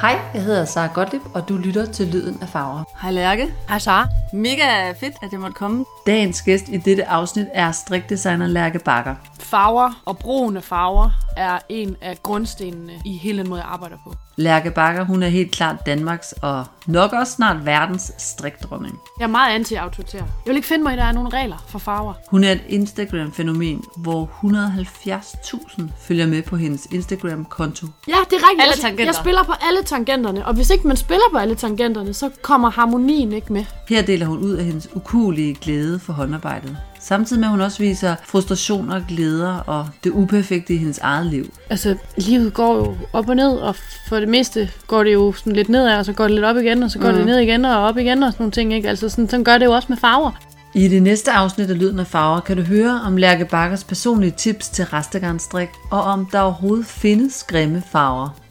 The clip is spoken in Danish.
Hej, jeg hedder Sara Gottlieb, og du lytter til Lyden af Farver. Hej Lærke. Hej Sara. Mega fedt, at jeg måtte komme. Dagens gæst i dette afsnit er strikdesigner Lærke Bakker. Farver og brugen af farver er en af grundstenene i hele den måde, jeg arbejder på. Lærke Bakker, hun er helt klart Danmarks og nok også snart verdens strikdronning. Jeg er meget anti-autoritær. Jeg vil ikke finde mig, at der er nogle regler for farver. Hun er et Instagram-fænomen, hvor 170.000 følger med på hendes Instagram-konto. Ja, det er rigtigt. Alle Jeg- tangenter. Jeg spiller på alle tangenterne, og hvis ikke man spiller på alle tangenterne, så kommer harmonien ikke med. Her deler hun ud af hendes ukulige glæde for håndarbejdet. Samtidig med, at hun også viser frustrationer, glæder og det uperfekte i hendes eget liv. Altså, livet går jo op og ned, og for det meste går det jo sådan lidt nedad, og så går det lidt op igen, og så går mm. det ned igen og op igen, og sådan nogle ting, ikke? Altså, sådan, sådan gør det jo også med farver. I det næste afsnit af Lyden af Farver kan du høre om Lærke Bakkers personlige tips til restegarnstrik og om der overhovedet findes grimme farver.